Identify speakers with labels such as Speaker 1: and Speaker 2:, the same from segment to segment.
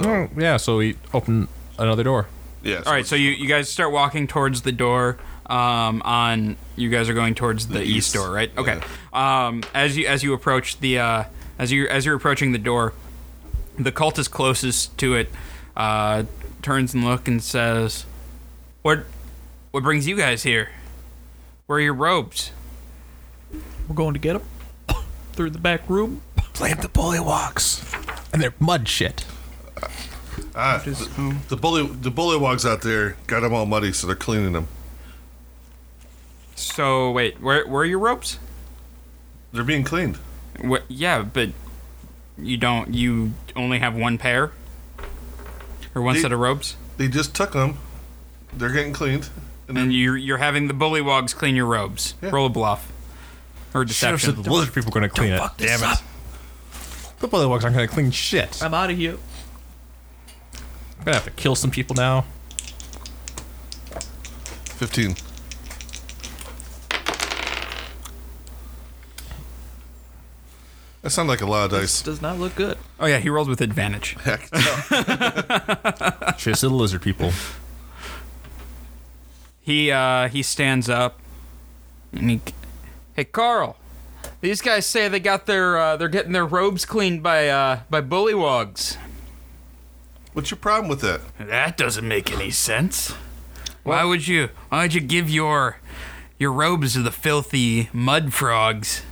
Speaker 1: Oh, yeah, so we open another door.
Speaker 2: Yeah.
Speaker 3: All right, so you, you guys start walking towards the door. Um, on you guys are going towards the, east,
Speaker 2: east,
Speaker 3: door, right? Okay. Um, as you as you approach the uh, as you as you're approaching the door, the cultist closest to it uh, turns and look and says, "What what brings you guys here? Where are your robes?"
Speaker 4: We're going to get him through the back room.
Speaker 1: Plant the bullywalks. And they're mud shit.
Speaker 2: Ah, the, the bully, the bullywogs out there got them all muddy, so they're cleaning them.
Speaker 3: So wait, where where are your robes?
Speaker 2: They're being cleaned.
Speaker 3: What, yeah, but you don't. You only have one pair or one
Speaker 2: The-
Speaker 3: set of robes.
Speaker 2: They just took them. They're getting cleaned. And then
Speaker 3: And you're you're having the bullywogs clean your robes.
Speaker 2: Yeah.
Speaker 3: Roll a bluff. Or deception.
Speaker 1: the lizard people are going to clean it. Damn it. The bullywalks aren't going to clean shit. I'm
Speaker 4: I'm out of here.
Speaker 1: going to have to kill some people now.
Speaker 2: 15. That sounded like a lot of
Speaker 4: This
Speaker 2: dice.
Speaker 4: does not look good.
Speaker 3: oh yeah, he rolled with advantage.
Speaker 2: Heck.
Speaker 1: Cheers to the lizard people.
Speaker 3: He uh he stands up and he Hey Carl. These guys say they got their uh, they're getting their robes cleaned by uh by bullywogs.
Speaker 2: What's your problem with that?
Speaker 3: That doesn't make any sense. Why would you why would you give your your robes to the filthy mud frogs?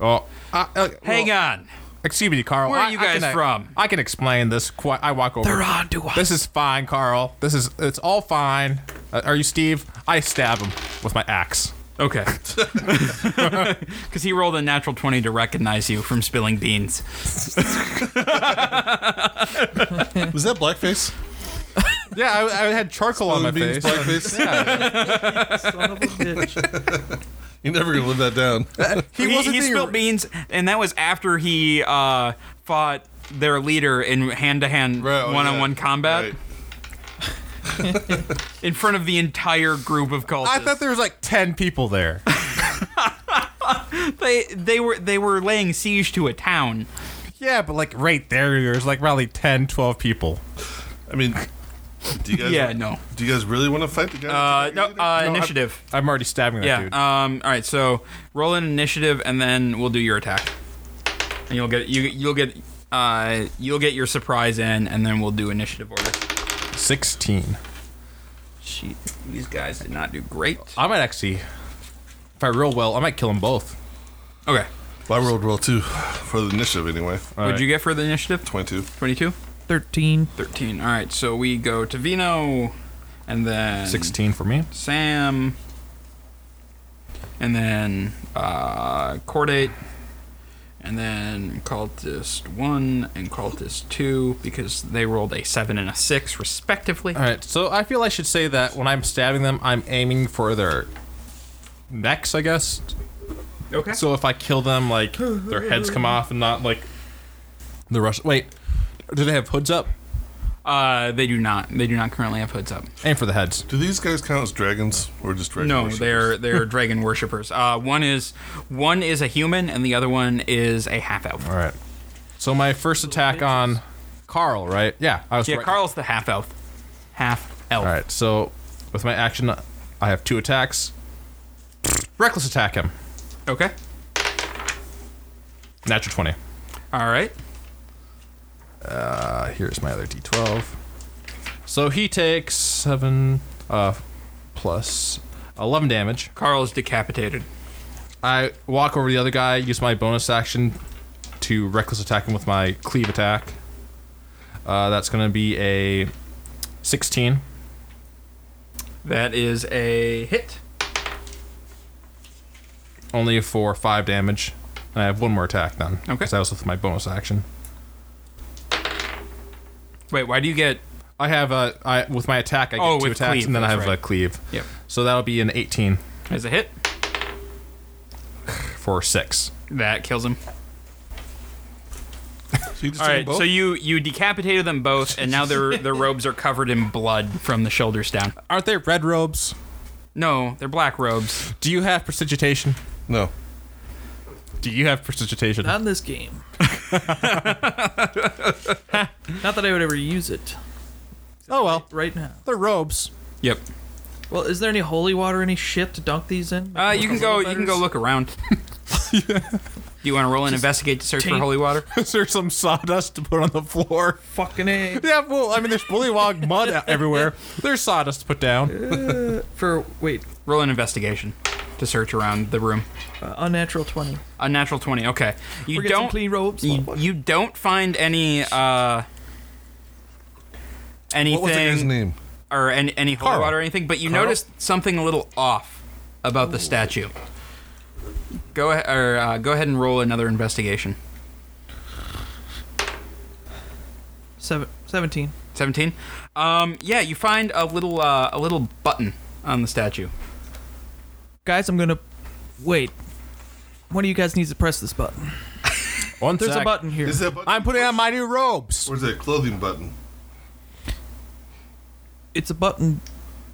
Speaker 1: Oh, I, uh,
Speaker 3: Hang
Speaker 1: well,
Speaker 3: on.
Speaker 1: Excuse me, Carl.
Speaker 3: Where are
Speaker 1: I-
Speaker 3: you
Speaker 1: I
Speaker 3: guys
Speaker 1: can, uh,
Speaker 3: from?
Speaker 1: I can explain this. Quite, I walk over.
Speaker 4: They're on to us.
Speaker 1: This is fine, Carl. This is it's all fine. Uh, are you Steve? I stab him with my axe.
Speaker 3: Okay. Because he rolled a natural 20 to recognize you from spilling beans.
Speaker 2: Was that blackface?
Speaker 1: Yeah, I, I had charcoal on my
Speaker 2: Beans,
Speaker 1: face.
Speaker 2: blackface?
Speaker 4: Son of a bitch.
Speaker 2: You're never going to live that down.
Speaker 3: He, he,
Speaker 1: wasn't being
Speaker 3: spilled
Speaker 1: ra-
Speaker 3: beans, and that was after he uh, fought their leader in hand to hand
Speaker 2: Right, oh,
Speaker 3: one on one
Speaker 2: yeah.
Speaker 3: combat
Speaker 2: Right.
Speaker 3: in front of the entire group of cultists.
Speaker 1: I thought there was like ten people there.
Speaker 3: they, they, were, they were laying siege to a town.
Speaker 1: yeah, but like right there, there's like probably 10, 12 people.
Speaker 2: I mean, do you guys,
Speaker 3: Yeah, no.
Speaker 2: do you guys really want to fight the guy?
Speaker 3: Uh,
Speaker 2: that
Speaker 3: no,
Speaker 2: took out your
Speaker 3: uh,
Speaker 2: leader?
Speaker 1: I-
Speaker 3: initiative.
Speaker 1: I'm already stabbing that dude.
Speaker 3: yeah. Um, all right. So roll an initiative, and then we'll do your attack. And you'll get you you'll get uh you'll get your surprise in, and then we'll do initiative order.
Speaker 1: Sixteen.
Speaker 3: She, these guys did not do great.
Speaker 1: I might actually, if I roll well, I might kill them both.
Speaker 3: Okay.
Speaker 2: Well, I rolled roll two for the initiative anyway. Uh,
Speaker 1: All
Speaker 3: What'd
Speaker 1: right.
Speaker 3: you get for the initiative?
Speaker 2: 22.
Speaker 3: 22?
Speaker 4: 13.
Speaker 3: 13. All right. So we go to Vino, and then
Speaker 1: Sixteen for me.
Speaker 3: Sam, and then uh, Chordate, and then Cultist 1 and Cultist 2 because they rolled a 7 and a 6 respectively.
Speaker 1: All right, so I feel I should say that when I'm stabbing them, I'm aiming for their necks, I guess.
Speaker 3: Okay.
Speaker 1: So if I kill them, like their heads come off and not like the rush. Wait, do they have hoods up?
Speaker 3: uh, they do not. They do not currently have hoods up.
Speaker 1: Aim for the heads.
Speaker 2: Do these guys count as dragons or just dragons?
Speaker 3: No, they're they're dragon worshippers. Uh, one is one is a human and the other one is a half elf.
Speaker 1: All right. So my first attack on Carl, right? Yeah, I was
Speaker 3: Yeah,
Speaker 1: right.
Speaker 3: Carl's the half elf. Half elf.
Speaker 1: All right, so with my action, I have two attacks. Reckless attack him.
Speaker 3: Okay.
Speaker 1: Natural twenty.
Speaker 3: All right.
Speaker 1: Uh, here's my other d12. So he takes 7 uh, plus 11 damage.
Speaker 3: Carl's decapitated.
Speaker 1: I walk over to the other guy, use my bonus action to reckless attack him with my cleave attack. Uh, that's going to be a 16.
Speaker 3: That is a hit.
Speaker 1: Only for 5 damage. And I have one more attack then.
Speaker 3: Okay.
Speaker 1: Because that was with my bonus action.
Speaker 3: Wait, why do you get
Speaker 1: I have a I with my attack I get
Speaker 3: Oh,
Speaker 1: two
Speaker 3: with
Speaker 1: attacks
Speaker 3: cleave,
Speaker 1: and then I
Speaker 3: that's
Speaker 1: have
Speaker 3: right.
Speaker 1: a cleave.
Speaker 3: Yep.
Speaker 1: So that'll be an 18
Speaker 3: As a hit,
Speaker 1: for 6.
Speaker 3: that kills him.
Speaker 2: You just
Speaker 3: All
Speaker 2: took 'em
Speaker 3: right,
Speaker 2: both?
Speaker 3: so you you decapitated them both, and now their their robes are covered in blood from the shoulders down.
Speaker 1: Aren't they red robes?
Speaker 3: No, they're black robes.
Speaker 1: Do you have prestigitation?
Speaker 2: no.
Speaker 1: Do you have prestigitation?
Speaker 4: Not in this game. Not that I would ever use it
Speaker 1: oh well,
Speaker 4: right now.
Speaker 1: they're robes.
Speaker 3: Yep.
Speaker 4: Well, is there any holy water, any shit to dunk these in?
Speaker 3: Uh, you can go. You can go look around. Do you want to roll and investigate to search for
Speaker 4: taint-
Speaker 3: holy water?
Speaker 1: Is there some sawdust to put on the floor?
Speaker 4: Fucking A.
Speaker 1: Yeah, well, I mean, there's bullywog mud out everywhere. There's sawdust to put down.
Speaker 4: For, wait,
Speaker 3: Roll an investigation to search around the room.
Speaker 4: uh, unnatural 20.
Speaker 3: A natural twenty. Okay. You
Speaker 4: We're getting some
Speaker 3: don't.
Speaker 4: clean robes.
Speaker 3: You,
Speaker 4: motherfucker.
Speaker 3: you don't find any. Uh, anything.
Speaker 2: What was the guy's name?
Speaker 3: or any, any holy
Speaker 1: Carl.
Speaker 3: water or anything, but you
Speaker 1: Carl?
Speaker 3: noticed something a little off about the statue. Go ahead, or uh, go ahead and roll another investigation.
Speaker 4: Seven, 17.
Speaker 3: Seventeen. Um, yeah, you find a little uh, a little button on the statue.
Speaker 4: Guys, I'm gonna. Wait. One of you guys needs to press this button.
Speaker 1: One
Speaker 4: There's a button here.
Speaker 2: Is that button?
Speaker 1: I'm putting on my new robes.
Speaker 2: Where's that clothing button?
Speaker 4: It's a button.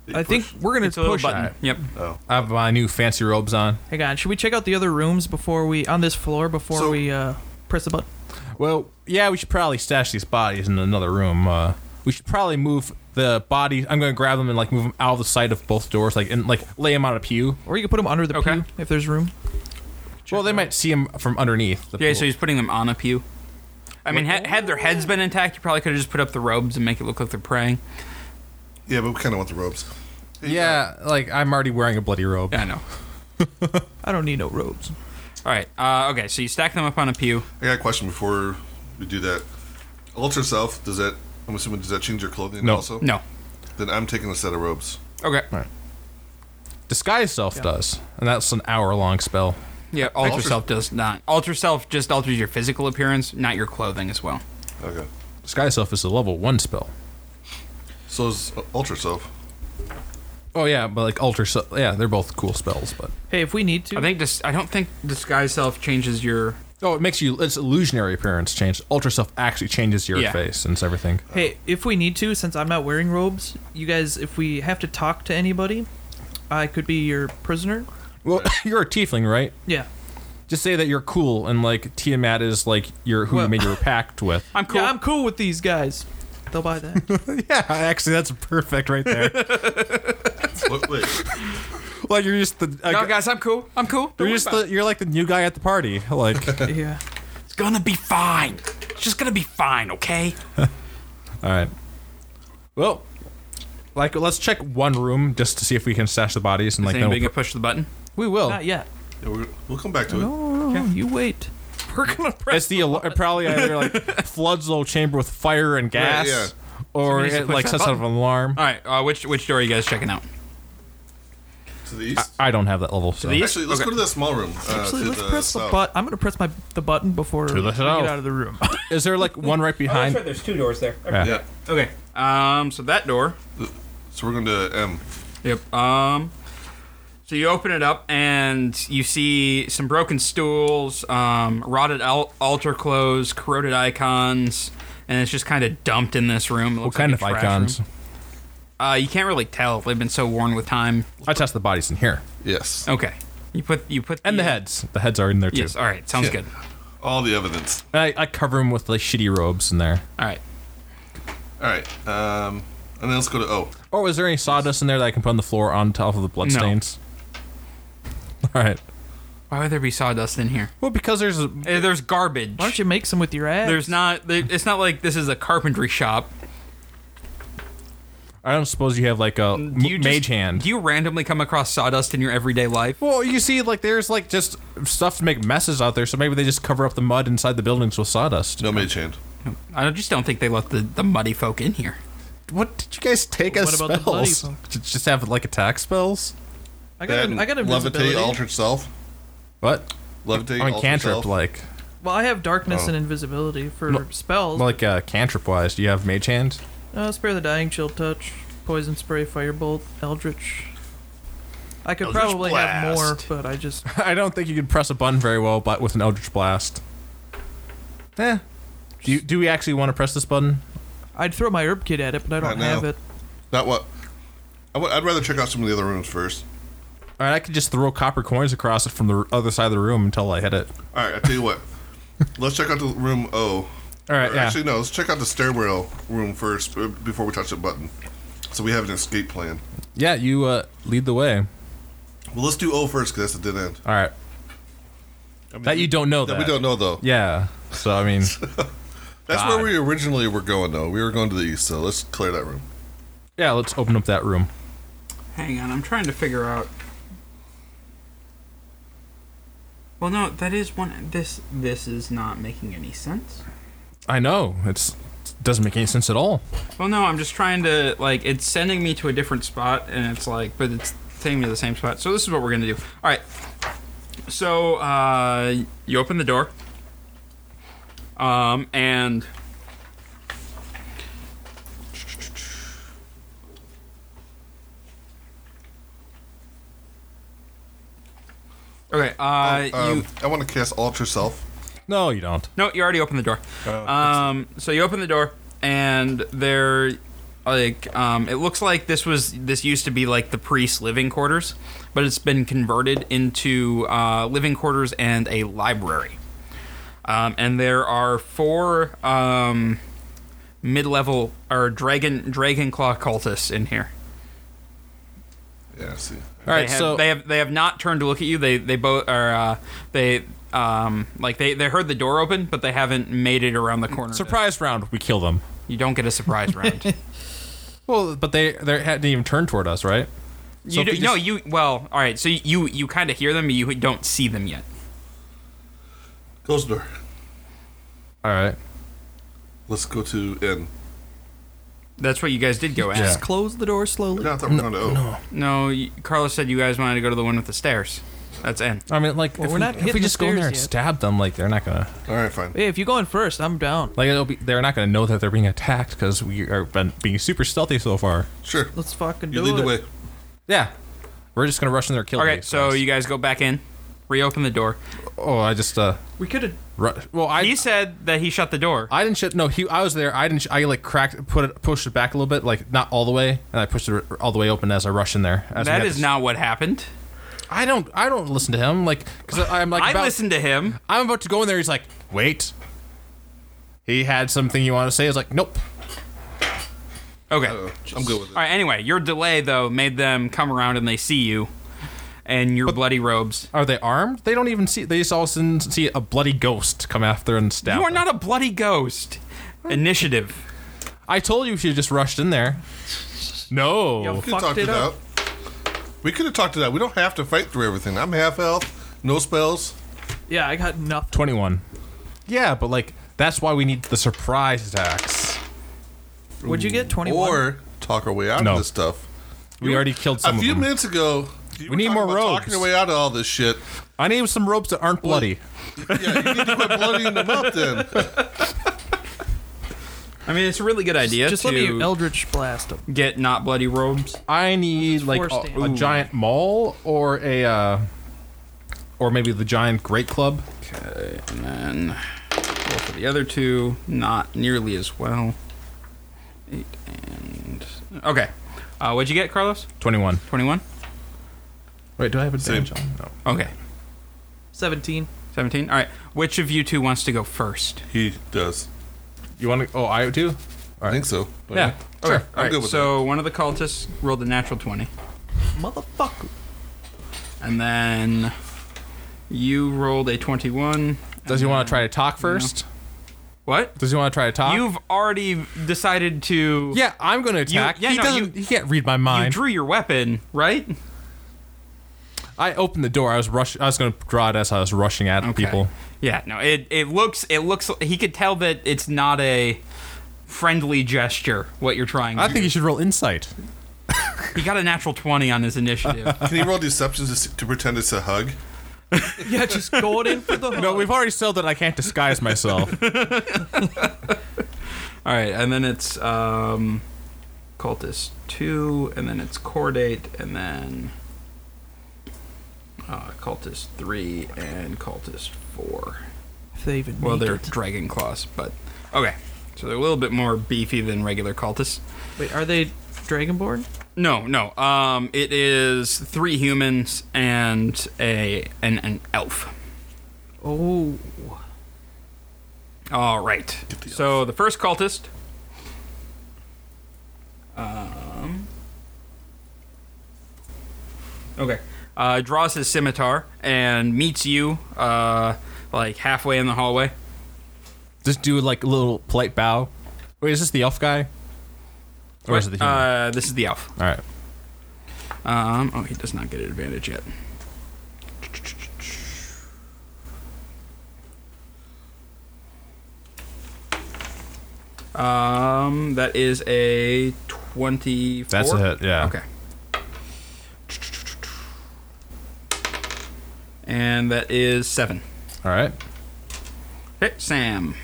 Speaker 2: They
Speaker 4: I think
Speaker 2: push-
Speaker 4: we're gonna
Speaker 3: It's a little
Speaker 4: push
Speaker 3: button.
Speaker 4: it.
Speaker 1: that.
Speaker 3: Yep.
Speaker 2: Oh.
Speaker 1: I have my new fancy robes on.
Speaker 4: Hang on. Should we check out the other rooms before we on this floor before
Speaker 2: So-
Speaker 4: we uh, press the button?
Speaker 1: Well, yeah, we should probably stash these bodies in another room. Uh, we should probably move the bodies. I'm going to grab them and like move them out of the sight of both doors, like and like lay them on a pew.
Speaker 4: Or you can put them under the
Speaker 3: Okay.
Speaker 4: pew if there's room.
Speaker 1: well, they might see them from underneath. The
Speaker 3: Yeah.
Speaker 1: pool.
Speaker 3: So he's putting them on a pew. I mean, ha- had their heads been intact, you probably could have just put up the robes and make it look like they're praying.
Speaker 2: Yeah, but we kind of want the robes.
Speaker 1: yeah, like I'm already wearing a bloody robe.
Speaker 3: Yeah, I know.
Speaker 4: I don't need no robes.
Speaker 3: All right. Uh, okay. So you stack them up on a pew.
Speaker 2: I got a question before we do that. Ultra self, does that? I'm assuming does that change your clothing
Speaker 1: No.
Speaker 2: also?
Speaker 3: No.
Speaker 2: Then I'm taking a set of robes.
Speaker 3: Okay.
Speaker 1: Disguise self does, and that's an hour long spell.
Speaker 3: Yeah. Alter
Speaker 2: Alter-
Speaker 3: self does not. Alter self just alters your physical appearance, not your clothing as well.
Speaker 2: Okay.
Speaker 1: Disguise self is a level one spell.
Speaker 2: So is uh, ultra self.
Speaker 1: Oh yeah, but like alter self. Yeah, they're both cool spells, but
Speaker 4: Hey, if we need to.
Speaker 3: I think dis- I don't think disguise self changes your.
Speaker 1: oh, it makes you. It's illusionary appearance change. Alter self actually changes your
Speaker 3: Yeah.
Speaker 1: face and it's everything.
Speaker 4: hey, if we need to, since I'm not wearing robes, you guys, if we have to talk to anybody, I could be your prisoner.
Speaker 1: Well, you're a tiefling, right?
Speaker 4: Yeah.
Speaker 1: Just say that you're cool and like Tiamat is like your who
Speaker 4: Well-
Speaker 1: you made your pact with.
Speaker 3: I'm cool.
Speaker 4: Yeah, I'm cool with these guys. They'll buy that.
Speaker 1: yeah, actually, that's perfect right there.
Speaker 2: Wait, wait.
Speaker 1: like you're just the
Speaker 3: no, guys, I'm cool. I'm cool. Don't
Speaker 1: you're
Speaker 3: worry
Speaker 1: just
Speaker 3: about
Speaker 1: the
Speaker 3: it.
Speaker 1: you're like the new guy at the party. Like, all
Speaker 4: yeah.
Speaker 3: It's gonna be fine. It's just gonna be fine, okay?
Speaker 1: right. Well, like let's check one room just to see if we can stash the bodies and like
Speaker 3: Is
Speaker 1: then
Speaker 3: anybody
Speaker 1: we'll,
Speaker 3: gonna push the button?
Speaker 1: we
Speaker 3: Oh.
Speaker 1: will.
Speaker 4: Not yet.
Speaker 2: Yeah, we're, we'll come back to it.
Speaker 4: Oh, you wait. We're gonna press.
Speaker 1: It's the al- probably either like floods the whole chamber with fire and gas,
Speaker 2: yeah.
Speaker 1: or
Speaker 3: Somebody needs to
Speaker 1: it
Speaker 3: push
Speaker 1: like
Speaker 3: that
Speaker 1: sets off an alarm.
Speaker 3: All right. Uh, which which door are you guys checking out?
Speaker 2: To the east.
Speaker 1: I don't have that level. So.
Speaker 3: the east?
Speaker 2: Actually, let's
Speaker 3: Okay.
Speaker 2: go to that small room. Uh,
Speaker 4: Actually,
Speaker 2: to
Speaker 4: let's
Speaker 2: the
Speaker 4: press the
Speaker 2: south.
Speaker 4: button. I'm gonna press my the button before
Speaker 1: the
Speaker 4: we get
Speaker 1: south.
Speaker 4: out of the room.
Speaker 1: Is there like one right behind?
Speaker 5: There's two doors there.
Speaker 1: Yeah.
Speaker 2: Yeah.
Speaker 3: Okay. Um. So that door.
Speaker 2: So we're going to M.
Speaker 3: Yep. Um. So you open it up and you see some broken stools, um, rotted al- altar clothes, corroded icons, and it's just kind of dumped in this room. It
Speaker 1: What
Speaker 3: looks
Speaker 1: kind
Speaker 3: like
Speaker 1: of
Speaker 3: a trash
Speaker 1: icons?
Speaker 3: room. Uh, you can't really tell. They've been so worn with time.
Speaker 1: I test the bodies in here,
Speaker 2: Yes.
Speaker 3: Okay. You put you put
Speaker 1: and the heads. The heads are in there too.
Speaker 3: Yes. All right. Sounds
Speaker 2: Yeah.
Speaker 3: good.
Speaker 2: All the evidence.
Speaker 1: And I, I cover them with like shitty robes in there.
Speaker 3: All right.
Speaker 2: All right. Um, and then let's go to O.
Speaker 1: Or was there any sawdust in there that I can put on the floor on top of the bloodstains? All right.
Speaker 3: Why would there be sawdust in here?
Speaker 1: Well, because there's a,
Speaker 3: Uh, There's garbage.
Speaker 4: Why don't you make some with your ass?
Speaker 3: There's not. there- It's not like this is a carpentry shop.
Speaker 1: I don't suppose you have like a m-
Speaker 3: Do Mm, you just-
Speaker 1: mage hand.
Speaker 3: Do you randomly come across sawdust in your everyday life?
Speaker 1: well, you see, like there's like just stuff to make messes out there, so maybe they just cover up the mud inside the buildings with sawdust.
Speaker 2: No mage hand.
Speaker 3: I don't- just don't think they let the, the muddy folk in here.
Speaker 1: What did you guys take
Speaker 4: What
Speaker 1: as
Speaker 4: about the bloody
Speaker 1: spells?
Speaker 4: one?
Speaker 1: J- Just have like attack spells?
Speaker 4: I got.
Speaker 2: Then
Speaker 4: I got invisibility.
Speaker 2: levitate, alter self.
Speaker 1: What?
Speaker 2: Levitate,
Speaker 1: I mean,
Speaker 2: alter
Speaker 1: cantrip
Speaker 2: self.
Speaker 1: like
Speaker 4: Well, I have darkness
Speaker 2: Oh.
Speaker 4: and invisibility for spells.
Speaker 1: like uh, cantrip wise. Do you have mage hand?
Speaker 4: Uh, spare the dying, chill touch, poison spray, firebolt, eldritch. I could
Speaker 2: Eldritch
Speaker 4: probably have more,
Speaker 2: blast.
Speaker 4: but I just
Speaker 1: I don't think you could press a button very well, but with an eldritch blast. Eh, Do, you, do we actually want to press this button?
Speaker 4: I'd throw my herb kit at it, but I
Speaker 2: Not
Speaker 4: don't
Speaker 2: now.
Speaker 4: have it.
Speaker 2: Not what. I would, I'd rather check out some of the other rooms first.
Speaker 1: All right, I could just throw copper coins across it from the r- other side of the room until I hit it.
Speaker 2: All right, I tell you what. let's check out the room O.
Speaker 1: All right,
Speaker 2: Or
Speaker 1: yeah.
Speaker 2: Actually, no. Let's check out the stairwell room first uh, before we touch the button, so we have an escape plan.
Speaker 1: Yeah, you uh, lead the way. All
Speaker 2: Well, let's do O first because that's the dead end.
Speaker 1: right.
Speaker 2: I mean,
Speaker 1: That you don't know
Speaker 2: That
Speaker 1: that.
Speaker 2: we don't know though.
Speaker 1: Yeah. So I mean,
Speaker 2: That's
Speaker 1: God.
Speaker 2: where we originally were going though. We were going to the east, so let's clear that room.
Speaker 1: yeah. Let's open up that room.
Speaker 3: Hang on, I'm trying to figure out. Well, no, that is one. This this is not making any sense.
Speaker 1: I know it's it doesn't make any sense at all.
Speaker 3: Well, no, I'm just trying to like it's sending me to a different spot, and it's like, but it's taking me to the same spot. So this is what we're gonna do. All right. So uh, you open the door, um, and okay, uh,
Speaker 2: Um,
Speaker 3: you
Speaker 2: I want to cast alter self.
Speaker 1: No, you don't.
Speaker 3: no, you already opened the door.
Speaker 2: Oh,
Speaker 3: um, so you open the door, and there, like, um, it looks like this was this used to be like the priest's living quarters, but it's been converted into uh, living quarters and a library. Um, and there are four um, mid-level or dragon dragon claw cultists in here.
Speaker 2: Yeah, I see.
Speaker 1: All right,
Speaker 3: they have,
Speaker 1: so
Speaker 3: they have they have not turned to look at you. They they both are uh, they um like they they heard the door open, but they haven't made it around the corner.
Speaker 1: surprise round, we kill them.
Speaker 3: You don't get a surprise round.
Speaker 1: Well, but they they hadn't even turned toward us, right?
Speaker 3: you
Speaker 1: if
Speaker 3: do,
Speaker 1: we
Speaker 3: no,
Speaker 1: just-
Speaker 3: you well, all right. So you you kind of hear them, but you don't see them yet.
Speaker 2: Close the door.
Speaker 1: All right.
Speaker 2: Let's go to N.
Speaker 3: That's what you guys did go at.
Speaker 1: Yeah.
Speaker 4: Just close the door slowly.
Speaker 2: No, I thought we were going to O.
Speaker 3: No, you, Carlos said you guys wanted to go to the one with the stairs. That's N.
Speaker 1: I mean, like
Speaker 4: Well,
Speaker 1: if,
Speaker 4: we're
Speaker 1: we,
Speaker 4: not
Speaker 1: if we
Speaker 4: hitting the
Speaker 1: just go in there
Speaker 4: stairs
Speaker 1: and
Speaker 4: yet.
Speaker 1: stab them, like they're not gonna
Speaker 2: All right, fine.
Speaker 4: Hey, if you're going first, I'm down.
Speaker 1: like it'll be they're not gonna know that they're being attacked because we are been being super stealthy so far.
Speaker 2: Sure.
Speaker 4: Let's fucking
Speaker 2: You
Speaker 4: do
Speaker 2: lead
Speaker 4: it.
Speaker 2: the way.
Speaker 1: Yeah. We're just gonna rush in there, and kill.
Speaker 3: Okay,
Speaker 1: these
Speaker 3: so
Speaker 1: guys.
Speaker 3: you guys go back in, reopen the door.
Speaker 1: Oh, I just uh.
Speaker 4: We could have.
Speaker 1: Ru- well, I
Speaker 3: He said that he shut the door.
Speaker 1: I didn't shut. No, he. I was there. I didn't. Sh- I like cracked, put it, pushed it back a little bit, like not all the way, and I pushed it r- all the way open as I rushed in there. as we
Speaker 3: that
Speaker 1: got
Speaker 3: is
Speaker 1: this-
Speaker 3: not what happened.
Speaker 1: I don't. I don't listen to him. Like, cause I'm like.
Speaker 3: I
Speaker 1: about,
Speaker 3: listened to him.
Speaker 1: I'm about to go in there. He's like, wait. He had something you want to say. I was like, nope.
Speaker 3: Okay.
Speaker 2: Uh, I'm good with it.
Speaker 3: All right. Anyway, your delay though made them come around and they see you, and your bloody robes.
Speaker 1: Are they armed? They don't even see. They just all of a sudden see a bloody ghost come after and stab.
Speaker 3: You are
Speaker 1: them.
Speaker 3: not a bloody ghost. Initiative.
Speaker 1: I told you she just rushed in there. No.
Speaker 4: Yo.
Speaker 2: We could have
Speaker 4: Fucked
Speaker 2: talked
Speaker 4: it
Speaker 2: it out.
Speaker 4: up.
Speaker 2: We could have talked it out. We don't have to fight through everything. I'm half health, no spells.
Speaker 4: Yeah, I got nothing.
Speaker 1: Twenty-one. Yeah, but like that's why we need the surprise attacks.
Speaker 4: What'd you get? 21?
Speaker 2: Or talk our way out
Speaker 1: No.
Speaker 2: of this stuff.
Speaker 1: We already killed
Speaker 2: A
Speaker 1: some of
Speaker 2: few
Speaker 1: them.
Speaker 2: minutes ago, you
Speaker 1: We
Speaker 2: were
Speaker 1: need
Speaker 2: talking
Speaker 1: more
Speaker 2: about
Speaker 1: robes.
Speaker 2: Talking your way out of all this shit.
Speaker 1: I need some ropes that aren't bloody.
Speaker 2: Yeah, you need to quit bloodying them up then.
Speaker 3: I mean, it's a really good idea
Speaker 4: Just
Speaker 3: to
Speaker 4: let me Eldritch Blast them.
Speaker 3: get not bloody robes.
Speaker 1: I need like
Speaker 4: force
Speaker 1: a, a
Speaker 4: damage.
Speaker 1: giant maul or a, uh, or maybe the giant great club.
Speaker 3: And then roll for the other two, not nearly as well. Eight and okay. Uh, what'd you get, Carlos?
Speaker 1: Twenty-one.
Speaker 3: Twenty-one.
Speaker 1: Wait, do I have advantage
Speaker 2: Same.
Speaker 1: on? No.
Speaker 3: Okay.
Speaker 4: 17.
Speaker 3: Seventeen. All right. Which of you two wants to go first?
Speaker 2: He does.
Speaker 1: You want to? Oh, I do.
Speaker 2: I think so. But
Speaker 1: Yeah. Sure.
Speaker 3: Okay. All
Speaker 2: Oh, I'm
Speaker 3: right.
Speaker 2: good with
Speaker 3: so one of the cultists rolled a natural twenty,
Speaker 4: Motherfucker.
Speaker 3: and then you rolled a twenty-one.
Speaker 1: Does he want to try to talk first?
Speaker 3: What?
Speaker 1: Does he want to try to talk?
Speaker 3: You've already decided to.
Speaker 1: yeah, I'm going to attack.
Speaker 3: yeah,
Speaker 1: he
Speaker 3: no,
Speaker 1: doesn't.
Speaker 3: you-
Speaker 1: he can't read my
Speaker 3: You
Speaker 1: mind.
Speaker 3: drew your weapon, right?
Speaker 1: I opened the door. I was rush. I was going to draw it as I was rushing at
Speaker 3: Okay.
Speaker 1: people.
Speaker 3: Yeah, no, it it looks it looks he could tell that it's not a friendly gesture what you're trying to
Speaker 1: I think you should roll insight.
Speaker 3: do. he got a natural 20 on his initiative.
Speaker 2: Can he roll deceptions to, s- to pretend it's a hug?
Speaker 4: Yeah, just going in for the
Speaker 1: No, we've already said that I can't disguise myself.
Speaker 3: All right, and then it's um cultist 2 and then it's chordate and then uh, cultist 3 and cultist 4.
Speaker 4: If they even
Speaker 3: Well,
Speaker 4: make
Speaker 3: they're
Speaker 4: it.
Speaker 3: dragon claws, but Okay, so they're a little bit more beefy than regular cultists.
Speaker 4: Wait, are they dragonborn?
Speaker 3: No, no. Um, it is three humans and a an, an elf.
Speaker 4: Oh,
Speaker 3: All right.
Speaker 2: the
Speaker 3: so the first cultist. Um, Um, okay. Uh, draws his scimitar and meets you, uh, like halfway in the hallway.
Speaker 1: Just do like a little polite bow. Wait, is this the elf guy? Or is it the human?
Speaker 3: Uh, this is the elf.
Speaker 1: All right.
Speaker 3: Um, oh, he does not get an advantage yet. Um, that is a twenty-four.
Speaker 1: That's a hit, yeah.
Speaker 3: Okay. And that is seven.
Speaker 1: All right.
Speaker 3: Okay, Sam.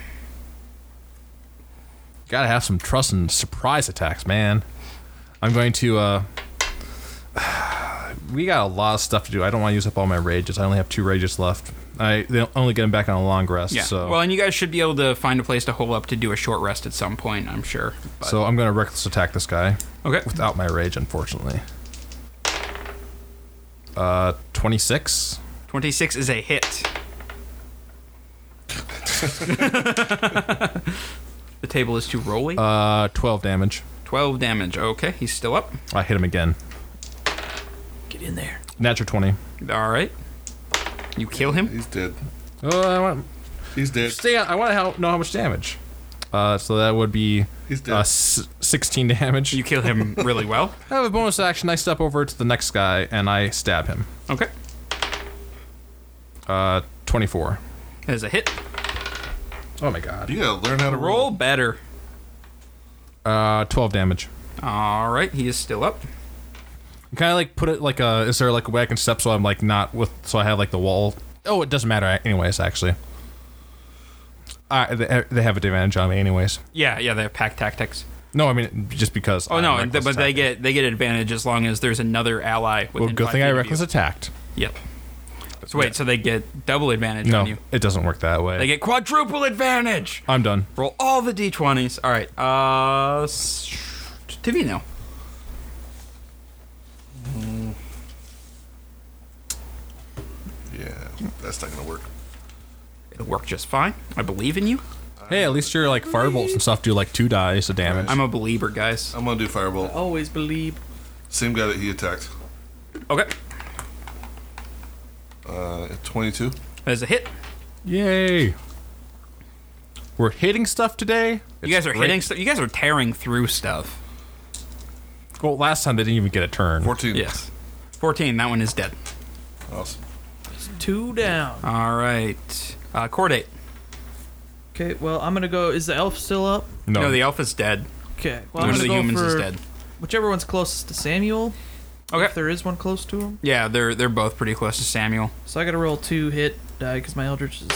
Speaker 1: Gotta have some trust and surprise attacks, man. I'm going to. uh We got a lot of stuff to do. I don't want to use up all my rages. I only have two rages left. I they only get them back on a long rest.
Speaker 3: Yeah.
Speaker 1: So
Speaker 3: Well, and you guys should be able to find a place to hole up to do a short rest at some point. I'm sure. But,
Speaker 1: so I'm gonna reckless attack this guy
Speaker 3: okay.
Speaker 1: without my rage, unfortunately. Uh, 26.
Speaker 3: 26 is a hit. the table is too rolly.
Speaker 1: Uh, 12 damage.
Speaker 3: 12 damage. Okay, he's still up.
Speaker 1: I hit him again.
Speaker 4: get in there.
Speaker 1: Natural 20.
Speaker 3: All right. You kill him.
Speaker 2: He's dead.
Speaker 1: Oh, I want.
Speaker 2: He's dead.
Speaker 1: Stay on. I want to know how much damage. Uh, so that would be
Speaker 2: He's dead.
Speaker 1: uh, s- 16 damage.
Speaker 3: You kill him really well.
Speaker 1: I have a bonus action. I step over to the next guy and I stab him.
Speaker 3: Okay.
Speaker 1: Uh, 24.
Speaker 3: There's a hit.
Speaker 1: Oh my god.
Speaker 2: You gotta learn how to
Speaker 3: Roll better.
Speaker 1: Uh, 12 damage.
Speaker 3: All right, he is still up.
Speaker 1: Kind of like put it like a. Is there like a way I can step so I'm like not with. So I have like the wall. Oh, it doesn't matter. Anyways, actually. Uh, they, they have advantage on me, anyways.
Speaker 3: Yeah, yeah, they have pack tactics.
Speaker 1: No, I mean, just because.
Speaker 3: Oh
Speaker 1: I'm
Speaker 3: no, and
Speaker 1: reckless
Speaker 3: th- but they
Speaker 1: attacking.
Speaker 3: get they get advantage as long as there's another ally within
Speaker 1: Well, good
Speaker 3: five
Speaker 1: thing I
Speaker 3: feet of
Speaker 1: reckless
Speaker 3: you.
Speaker 1: attacked.
Speaker 3: Yep. So wait, so they get double advantage
Speaker 1: No,
Speaker 3: on you.
Speaker 1: it doesn't work that way.
Speaker 3: They get quadruple advantage.
Speaker 1: I'm done.
Speaker 3: Roll all the d20s. All right. Uh, s- Tivino.
Speaker 2: Yeah, that's not gonna work.
Speaker 3: It'll work just fine. I believe in you.
Speaker 1: Hey, at least your like firebolts and stuff do like two dice of damage.
Speaker 3: I'm a believer, guys.
Speaker 2: I'm gonna do Firebolt.
Speaker 4: Always believe.
Speaker 2: Same guy that he attacked.
Speaker 3: Okay.
Speaker 2: Uh, 22.
Speaker 3: There's a hit.
Speaker 1: Yay! We're hitting stuff today.
Speaker 3: you guys are hitting stuff. You guys are tearing through stuff.
Speaker 1: Well, last time they didn't even get a turn.
Speaker 2: 14.
Speaker 3: Yes. 14. That one is dead.
Speaker 2: Awesome.
Speaker 4: It's two down.
Speaker 3: All right. Uh, Chordate.
Speaker 4: Okay, well, I'm gonna go. Is the elf still up?
Speaker 1: No,
Speaker 3: the elf is dead.
Speaker 4: Okay,
Speaker 3: one
Speaker 4: well, I'm
Speaker 3: of
Speaker 4: gonna
Speaker 3: the
Speaker 4: go
Speaker 3: humans
Speaker 4: for
Speaker 3: is dead.
Speaker 4: whichever one's closest to Samuel.
Speaker 3: Okay.
Speaker 4: If there is one close to him.
Speaker 3: yeah, they're they're both pretty close to Samuel.
Speaker 4: So I gotta roll two hit die because my eldritch is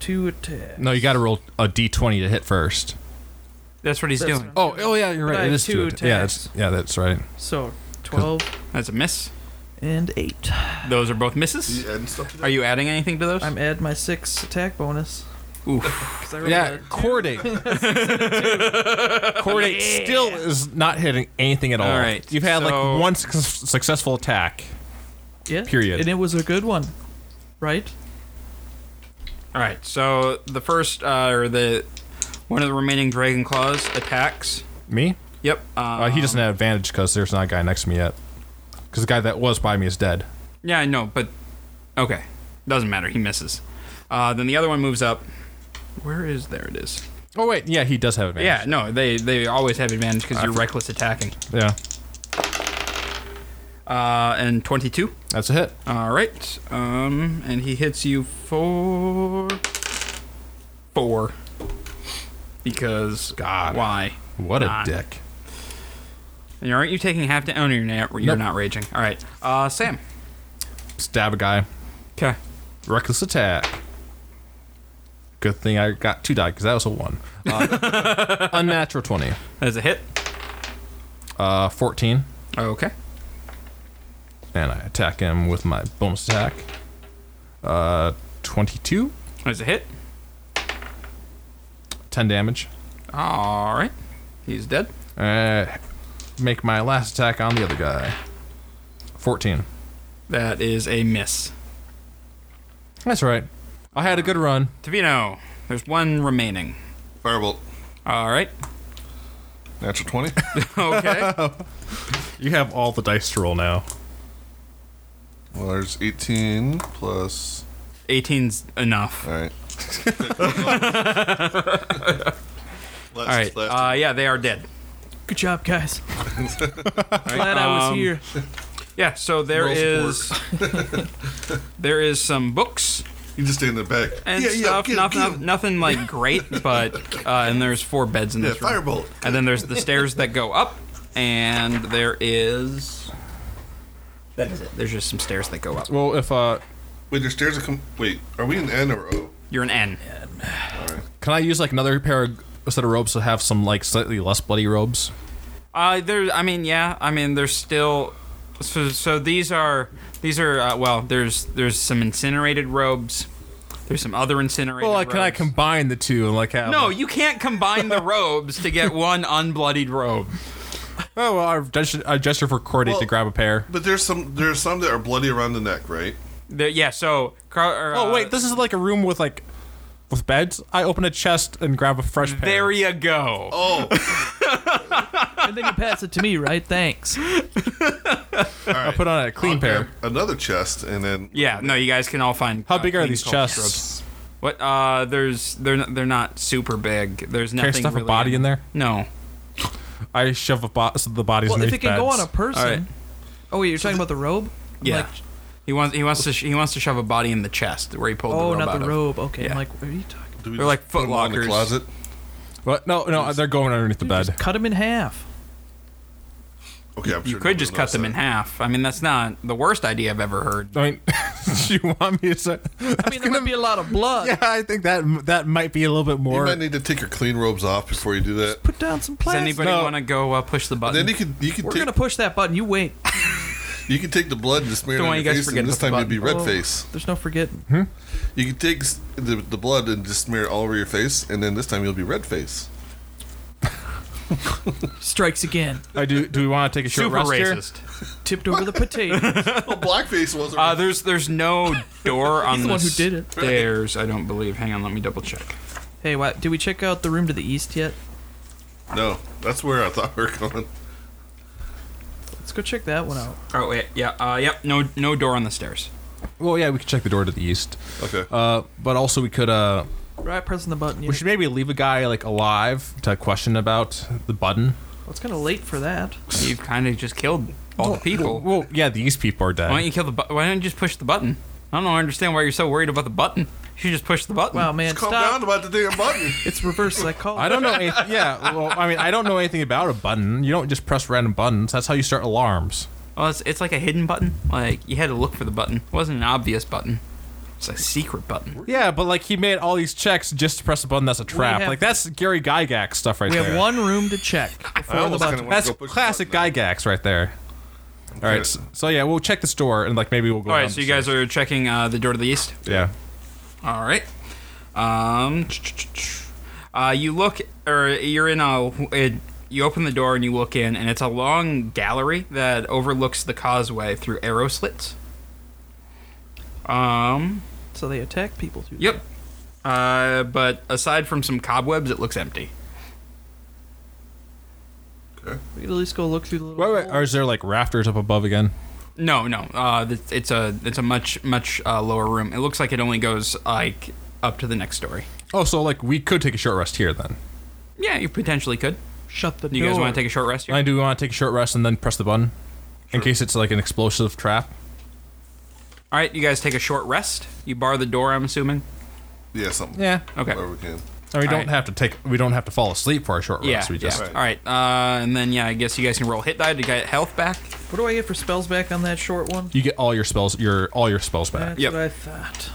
Speaker 4: two attack.
Speaker 1: No, you got to roll a d20 to hit first.
Speaker 3: That's what he's
Speaker 4: That's
Speaker 3: doing.
Speaker 4: not-
Speaker 1: Oh, oh yeah, you're
Speaker 4: But I
Speaker 1: right. It
Speaker 4: have
Speaker 1: is two.
Speaker 4: two
Speaker 1: att- Yeah, that's, yeah, that's right.
Speaker 4: So twelve
Speaker 3: Oh, That's a miss.
Speaker 4: and eight.
Speaker 3: Those are both misses.
Speaker 2: You adding stuff to that?
Speaker 3: Are you adding anything to those?
Speaker 4: I'm add my six attack bonus.
Speaker 3: Oof.
Speaker 4: 'cause I rolled
Speaker 1: Yeah,
Speaker 4: a-
Speaker 1: chordate. chordate still is not hitting anything at all.
Speaker 3: All right,
Speaker 1: you've had
Speaker 3: so-
Speaker 1: like one suc- successful attack.
Speaker 4: yeah.
Speaker 1: period.
Speaker 4: And it was a good one, right?
Speaker 3: All right. So the first uh, or the one of the remaining dragon claws attacks.
Speaker 1: Me?
Speaker 3: Yep.
Speaker 1: Uh, he doesn't have advantage because there's not a guy next to me yet. Because the guy that was by me is dead.
Speaker 3: Yeah, I know, but okay, doesn't matter. He misses. Uh, then the other one moves up. Where is there? It is.
Speaker 1: Oh wait, yeah, he does have
Speaker 3: Yeah,
Speaker 1: advantage.
Speaker 3: no, they they always have advantage because you're reckless attacking.
Speaker 1: Yeah, yeah,
Speaker 3: Uh, and 22.
Speaker 1: that's a hit.
Speaker 3: All right. Um, and he hits you for four. Because
Speaker 1: God.
Speaker 3: why?
Speaker 1: What a
Speaker 3: Not.
Speaker 1: dick.
Speaker 3: And aren't you taking half to? Oh, no, you're not. You're
Speaker 1: Nope.
Speaker 3: not raging. All right. Uh, Sam.
Speaker 1: Stab a guy.
Speaker 3: Okay.
Speaker 1: Reckless attack. Good thing I got two die because that was a one. Uh, unnatural twenty.
Speaker 3: That's a hit.
Speaker 1: Uh, fourteen,
Speaker 3: Okay.
Speaker 1: and I attack him with my bonus attack. Uh, twenty-two.
Speaker 3: That's a hit.
Speaker 1: ten damage.
Speaker 3: All right. He's dead.
Speaker 1: Uh, make my last attack on the other guy. Fourteen.
Speaker 3: That is a miss.
Speaker 1: That's right. I had a good run.
Speaker 3: Tavino, there's one remaining.
Speaker 2: Firebolt.
Speaker 3: All right.
Speaker 2: Natural 20.
Speaker 3: Okay.
Speaker 1: You have all the dice to roll now.
Speaker 2: well, there's 18 plus.
Speaker 3: 18's enough.
Speaker 2: All right.
Speaker 3: All right. Uh, yeah, they are dead.
Speaker 4: Good job, guys. Glad I was
Speaker 3: um,
Speaker 4: here.
Speaker 3: Yeah, so there
Speaker 2: Moral
Speaker 3: is there is some books
Speaker 2: you just stay in the back.
Speaker 3: and
Speaker 2: yeah,
Speaker 3: stuff.
Speaker 2: yeah,
Speaker 3: nothing,
Speaker 2: get, get.
Speaker 3: nothing like great, but uh, and there's four beds in
Speaker 2: Yeah,
Speaker 3: this room.
Speaker 2: firebolt.
Speaker 3: And then there's the stairs that go up, and there is that is it. There's just some stairs that go up.
Speaker 1: Well, if uh,
Speaker 2: Wait, there's stairs that come. Wait, are we in N or O?
Speaker 3: You're an N.
Speaker 1: can I use like another pair of set of robes to have some like slightly less bloody robes?
Speaker 3: Uh, there. I mean, yeah. I mean, there's still. So, so these are these are uh, well. There's there's some incinerated robes. There's some other incinerated.
Speaker 1: Well, like, can I
Speaker 3: robes.
Speaker 1: combine the two and like have?
Speaker 3: No,
Speaker 1: like-
Speaker 3: you can't combine the robes to get one unbloodied robe.
Speaker 1: oh, well, I gesture, I gesture for Cordy to
Speaker 2: Well-
Speaker 1: grab a pair.
Speaker 2: But there's some there's some that are bloody around the neck, right?
Speaker 3: There, yeah. So. Car, or,
Speaker 1: Oh
Speaker 3: uh,
Speaker 1: wait, this is like a room with like with beds. I open a chest and grab a fresh pair.
Speaker 3: There you go.
Speaker 2: Oh,
Speaker 4: And then you pass it to me, right? Thanks.
Speaker 1: I put
Speaker 3: Oh,
Speaker 1: on a clean pair.
Speaker 2: another chest, and then
Speaker 3: Yeah. No, you guys can all find.
Speaker 1: How
Speaker 3: uh,
Speaker 1: big are
Speaker 3: clean
Speaker 1: these
Speaker 3: culture
Speaker 1: chests?
Speaker 3: robes. What? Uh, there's they're not, they're not super big. There's nothing.
Speaker 1: Carry stuff
Speaker 3: really
Speaker 1: a body in there.
Speaker 3: No.
Speaker 1: I shove a bo- so the bodies.
Speaker 4: Well, if
Speaker 1: underneath
Speaker 4: it can go on
Speaker 1: beds.
Speaker 4: a person.
Speaker 3: All right.
Speaker 4: Oh wait, you're talking about the robe? I'm
Speaker 3: Yeah.
Speaker 4: like,
Speaker 3: he wants he wants to sh- he wants to shove a body in the chest where he pulled
Speaker 4: oh,
Speaker 3: the robe
Speaker 4: not
Speaker 3: out
Speaker 4: the
Speaker 3: of.
Speaker 4: robe. Okay.
Speaker 3: Yeah.
Speaker 4: I'm like, what are you talking?
Speaker 2: do we
Speaker 3: They're
Speaker 2: just
Speaker 3: like
Speaker 2: put 'em all in
Speaker 3: footlockers.
Speaker 2: the closet?
Speaker 1: What? No, no, they're going underneath the bed.
Speaker 4: Just cut him in half.
Speaker 2: Okay, I'm
Speaker 3: You
Speaker 2: sure
Speaker 3: could
Speaker 2: nobody
Speaker 3: just cut
Speaker 2: knows
Speaker 3: them in
Speaker 2: that.
Speaker 3: half. I mean, that's not the worst idea I've ever heard.
Speaker 1: I mean, do you want me to say?
Speaker 4: I mean, there might be a lot of blood.
Speaker 1: Yeah, I think that that might be a little bit
Speaker 2: You
Speaker 1: more.
Speaker 2: might need to take your clean robes off before you do that.
Speaker 4: Put down some
Speaker 3: Does
Speaker 4: plastic.
Speaker 3: anybody
Speaker 1: No.
Speaker 3: want to go uh, push the button?
Speaker 2: Then you could you could
Speaker 4: We're
Speaker 2: take
Speaker 4: gonna push that button. You wait.
Speaker 2: you could take the blood and smear it
Speaker 3: Don't
Speaker 2: on
Speaker 3: want
Speaker 2: your
Speaker 3: you guys
Speaker 2: face,
Speaker 3: forget
Speaker 2: and this
Speaker 3: about
Speaker 2: time
Speaker 3: the
Speaker 2: you'd be red
Speaker 4: Oh,
Speaker 2: face.
Speaker 4: There's no forgetting.
Speaker 2: You could take s- the, the blood and just smear it all over your face, and then this time you'll be red face.
Speaker 4: Strikes again.
Speaker 1: I do. Do we want to take a short
Speaker 3: Super
Speaker 1: rest here?
Speaker 3: racist.
Speaker 4: Tipped over the potato.
Speaker 2: Well, blackface wasn't.
Speaker 3: Uh, there's there's no door on
Speaker 4: the one who
Speaker 3: this
Speaker 4: did it.
Speaker 3: Stairs, I don't believe. Hang on, let me double check.
Speaker 4: hey, what? Did we check out the room to the east yet?
Speaker 2: no, that's where I thought we were going.
Speaker 4: Let's go check that one out.
Speaker 3: Oh wait, yeah, uh, yep, no no door on the stairs.
Speaker 1: Well, yeah, we could check the door to the east.
Speaker 2: Okay.
Speaker 1: Uh, but also we could. Uh,
Speaker 4: Right, pressing the button. Yeah.
Speaker 1: we should maybe leave a guy like alive to question about the button.
Speaker 4: Well, it's kind of late for that.
Speaker 3: You've kind of just killed all the people.
Speaker 1: Well, yeah, these people are dead.
Speaker 3: Why don't you kill the bu- Why don't you just push the button? I don't know, I understand why you're so worried about the button. You should just push the button.
Speaker 4: Wow, man,
Speaker 2: Calm
Speaker 4: stop.
Speaker 2: down about the damn button.
Speaker 4: It's reverse psychology.
Speaker 1: I don't know. Any- yeah, well, I mean, I don't know anything about a button. You don't just press random buttons. That's how you start alarms.
Speaker 3: Well, it's, it's like a hidden button. Like you had to look for the button. It wasn't an obvious button. It's a secret button.
Speaker 1: Yeah, but like he made all these checks just to press a button. That's a trap.
Speaker 4: have-
Speaker 1: like that's Gary Gygax stuff right
Speaker 4: We
Speaker 1: there.
Speaker 4: have one room to check before the
Speaker 2: almost kinda
Speaker 4: button.
Speaker 2: wanna
Speaker 1: That's
Speaker 2: go push the
Speaker 1: classic
Speaker 2: button
Speaker 1: Gygax right there. All right, s- so yeah, we'll check this door and like maybe we'll go.
Speaker 3: All right,
Speaker 1: down
Speaker 3: so you
Speaker 1: the
Speaker 3: guys are checking uh, the door to the east.
Speaker 1: stairs.
Speaker 3: All right. Um, uh, you look, or you're in a. It, you open the door and you look in, and it's a long gallery that overlooks the causeway through arrow slits. Um.
Speaker 4: So they attack people. Too.
Speaker 3: Yep. Uh, but aside from some cobwebs, it looks empty.
Speaker 4: We could at least go look through the.
Speaker 1: yeah. Wait,
Speaker 4: Little
Speaker 1: wait, or is there like rafters up above again?
Speaker 3: No, no. Uh, it's, it's a it's a much much uh, lower room. It looks like it only goes like up to the next story.
Speaker 1: Oh, so like we could take a short rest here then.
Speaker 3: Yeah, you potentially could.
Speaker 4: Shut the
Speaker 3: You
Speaker 4: door.
Speaker 3: guys want to take a short rest? Here?
Speaker 1: I do want to take a short rest and then press the button, in case it's like an explosive trap.
Speaker 3: All right, you guys take a short rest. You bar the door, I'm assuming.
Speaker 2: Yeah, something.
Speaker 1: Yeah.
Speaker 3: Okay.
Speaker 2: Where we can.
Speaker 1: And we
Speaker 3: All
Speaker 1: don't
Speaker 3: right.
Speaker 1: have to take. We don't have to fall asleep for our short
Speaker 3: Yeah.
Speaker 1: rest. We
Speaker 3: yeah.
Speaker 1: just.
Speaker 3: All right. Uh, and then yeah, I guess you guys can roll hit die to get health back.
Speaker 4: What do I get for spells back on that short one?
Speaker 1: You get all your spells. Your all your spells back.
Speaker 4: That's
Speaker 3: Yep.
Speaker 4: what I thought.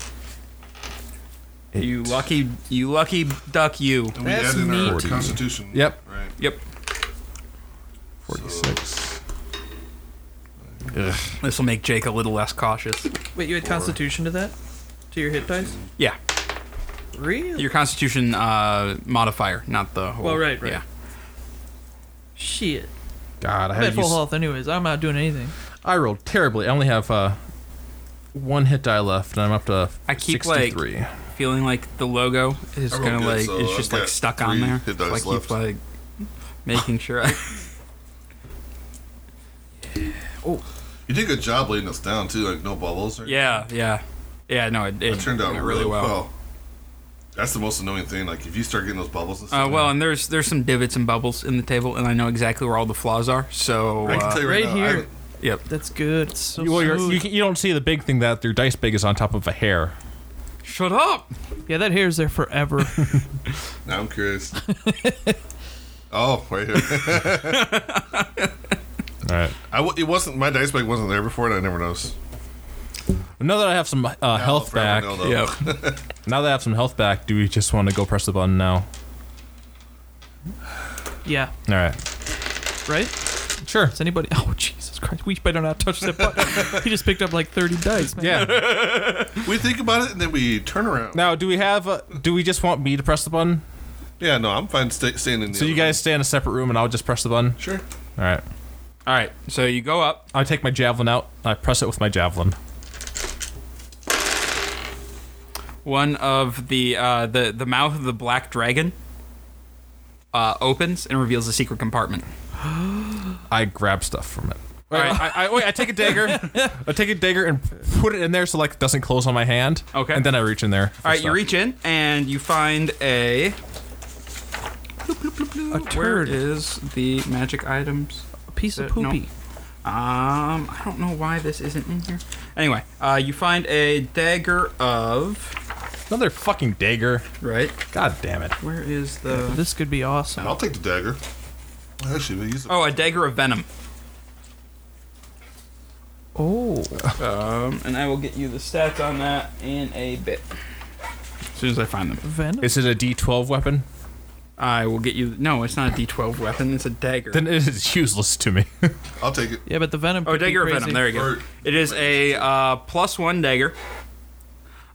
Speaker 3: You lucky, you lucky duck, you.
Speaker 2: And we add
Speaker 4: That's
Speaker 2: in our
Speaker 4: neat.
Speaker 2: constitution.
Speaker 1: Yep.
Speaker 2: Right.
Speaker 3: Yep.
Speaker 1: Forty-six.
Speaker 3: This will make Jake a little less cautious.
Speaker 4: Wait, you had Constitution to that? To your hit dice?
Speaker 3: Yeah.
Speaker 4: Really?
Speaker 3: Your Constitution uh, modifier, not the whole.
Speaker 4: Well, right, right.
Speaker 3: Yeah.
Speaker 4: Shit.
Speaker 1: God, I
Speaker 4: I'm
Speaker 1: had
Speaker 4: at
Speaker 1: to
Speaker 4: full
Speaker 1: use-
Speaker 4: health, anyways. I'm not doing anything.
Speaker 1: I rolled terribly. I only have uh, one hit die left, and I'm up to
Speaker 3: I keep, like-
Speaker 1: 63.
Speaker 3: Feeling like the logo is
Speaker 2: I rolled
Speaker 3: kind of
Speaker 2: good,
Speaker 3: like
Speaker 2: so
Speaker 3: it's
Speaker 2: I've
Speaker 3: just like
Speaker 2: got
Speaker 3: stuck
Speaker 2: three
Speaker 3: on there.
Speaker 2: hit
Speaker 3: So I
Speaker 2: dice
Speaker 3: keep
Speaker 2: left.
Speaker 3: like making sure. I,
Speaker 2: You did a good job leading us down too, like no bubbles. Or
Speaker 3: yeah, yeah, yeah. No, it, it,
Speaker 2: it turned out
Speaker 3: went
Speaker 2: really well. That's the most annoying thing. Like if you start getting those bubbles and
Speaker 3: Uh,
Speaker 2: stuff.
Speaker 3: well, and there's there's some divots and bubbles in the table, and I know exactly where all the flaws are. So,
Speaker 2: I can
Speaker 3: uh,
Speaker 2: tell you right,
Speaker 4: right
Speaker 2: now, I
Speaker 4: here.
Speaker 2: haven't-
Speaker 3: yep,
Speaker 4: That's good. It's so
Speaker 1: well, you're,
Speaker 4: smooth.
Speaker 1: you, can- you don't see the big thing that your dice big is on top of a hair.
Speaker 3: shut up.
Speaker 4: Yeah, that hair's there forever.
Speaker 2: now I'm curious. oh, right here.
Speaker 1: All right.
Speaker 2: I w- it wasn't my dice bag wasn't there before, and I never noticed.
Speaker 1: Now that I have some uh, health
Speaker 2: forever
Speaker 1: back,
Speaker 2: know, though.
Speaker 3: Yep.
Speaker 1: now that I have some health back, do we just want to go press the button now?
Speaker 4: yeah.
Speaker 1: All right.
Speaker 4: Right?
Speaker 1: Sure.
Speaker 4: Is anybody? Oh Jesus Christ! We better not touch that button. he just picked up like 30 dice. Man.
Speaker 1: Yeah.
Speaker 2: We think about it and then we turn around.
Speaker 1: now, do we have? Uh, do we just want me to press the button?
Speaker 2: yeah, no, I'm fine stay, staying in. The
Speaker 1: So you
Speaker 2: other
Speaker 1: guys stay in a separate room, and I'll just press the button.
Speaker 2: room. Sure.
Speaker 1: All right.
Speaker 3: All right, so you go up.
Speaker 1: I take my javelin out. I press it with my javelin.
Speaker 3: One of the uh, the the mouth of the black dragon uh, opens and reveals a secret compartment.
Speaker 1: I grab stuff from it.
Speaker 3: All right.
Speaker 1: I, I, wait, I take a dagger. I take a dagger and put it in there so like it doesn't close on my hand.
Speaker 3: Okay.
Speaker 1: And then I reach in there.
Speaker 3: All right, you reach in and you find a.
Speaker 4: A
Speaker 3: Where
Speaker 4: turd.
Speaker 3: is the magic items?
Speaker 4: A piece of
Speaker 3: Uh, no.
Speaker 4: poopy.
Speaker 3: Um, I don't know why this isn't in here. Anyway, uh, you find a dagger of
Speaker 1: Another fucking dagger.
Speaker 3: right.
Speaker 1: God damn it.
Speaker 3: Where is the?
Speaker 4: This could be awesome.
Speaker 2: I'll take the dagger. Actually, we use it.
Speaker 3: Oh, a dagger of venom.
Speaker 4: Oh,
Speaker 3: Um, and I will get you the stats on that in a bit. As soon as I find them,
Speaker 4: venom.
Speaker 1: Is it a D12 weapon?
Speaker 3: I will get you. No, it's not a D12 weapon. It's a dagger.
Speaker 1: Then it is useless to me.
Speaker 2: I'll take it.
Speaker 4: yeah, but the venom.
Speaker 3: oh,
Speaker 4: could be
Speaker 3: dagger of venom.
Speaker 4: crazy.
Speaker 3: There you go.
Speaker 2: Or-
Speaker 3: It is a uh, plus one dagger.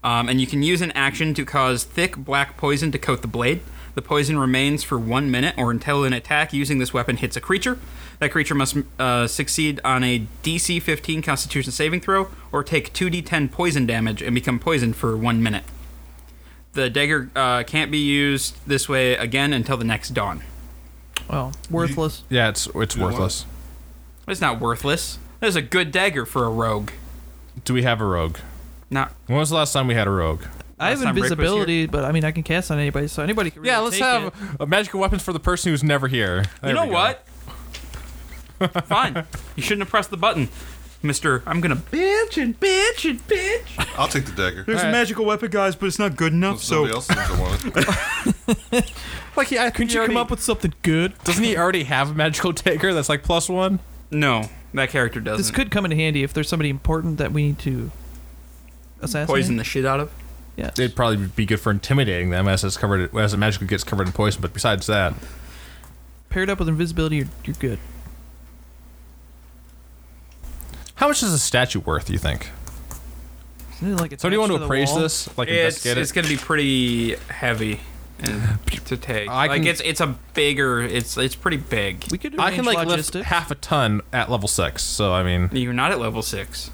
Speaker 3: Um, and you can use an action to cause thick black poison to coat the blade. The poison remains for one minute or until an attack using this weapon hits a creature. That creature must uh, succeed on a DC 15 Constitution saving throw or take 2d10 poison damage and become poisoned for one minute. The dagger uh, can't be used this way again until the next dawn.
Speaker 4: Well, worthless.
Speaker 1: yeah, it's it's
Speaker 2: know what?
Speaker 1: worthless.
Speaker 3: It's not worthless. That is a good dagger for a rogue.
Speaker 1: Do we have a rogue?
Speaker 3: Not
Speaker 1: When was the last time we had a rogue?
Speaker 4: I have
Speaker 3: Last time Rick was
Speaker 4: invisibility, but I mean I can cast on anybody, so anybody can. Really
Speaker 1: yeah, let's
Speaker 4: take
Speaker 1: have
Speaker 4: it.
Speaker 1: uh, magical weapons for the person who's never here. There
Speaker 3: you know
Speaker 1: we go.
Speaker 3: what? Fine. You shouldn't have pressed the button, Mister. I'm gonna bitch and bitch and bitch.
Speaker 2: I'll take the dagger.
Speaker 3: There's
Speaker 1: Alright.
Speaker 3: magical weapon, guys, but it's not good enough.
Speaker 2: Somebody else seems to want it.
Speaker 1: Like, yeah, couldn't
Speaker 4: Did you come up with something good?
Speaker 1: Doesn't he already have a magical dagger that's like plus one?
Speaker 3: no, that character doesn't.
Speaker 4: This could come in handy if there's somebody important that we need to assassinate.
Speaker 3: poison the shit out of.
Speaker 4: Yeah.
Speaker 1: It'd probably be good for intimidating them as it's covered as it magically gets covered in poison. But besides that,
Speaker 4: Paired up with invisibility, you're, you're good.
Speaker 1: how much is a statue worth? Do you think?
Speaker 4: Isn't it, like,
Speaker 1: So do you
Speaker 4: attached
Speaker 1: want to
Speaker 4: the
Speaker 1: appraise
Speaker 4: wall?
Speaker 1: this? Like
Speaker 3: It's
Speaker 1: investigate
Speaker 3: it's
Speaker 1: it?
Speaker 3: gonna be pretty heavy and to take.
Speaker 1: I
Speaker 3: like
Speaker 1: can-
Speaker 3: it's it's a bigger. It's it's pretty big.
Speaker 4: We could do
Speaker 1: I can like lift
Speaker 4: logistics.
Speaker 1: half a ton at level six. So I mean,
Speaker 3: You're not at level six.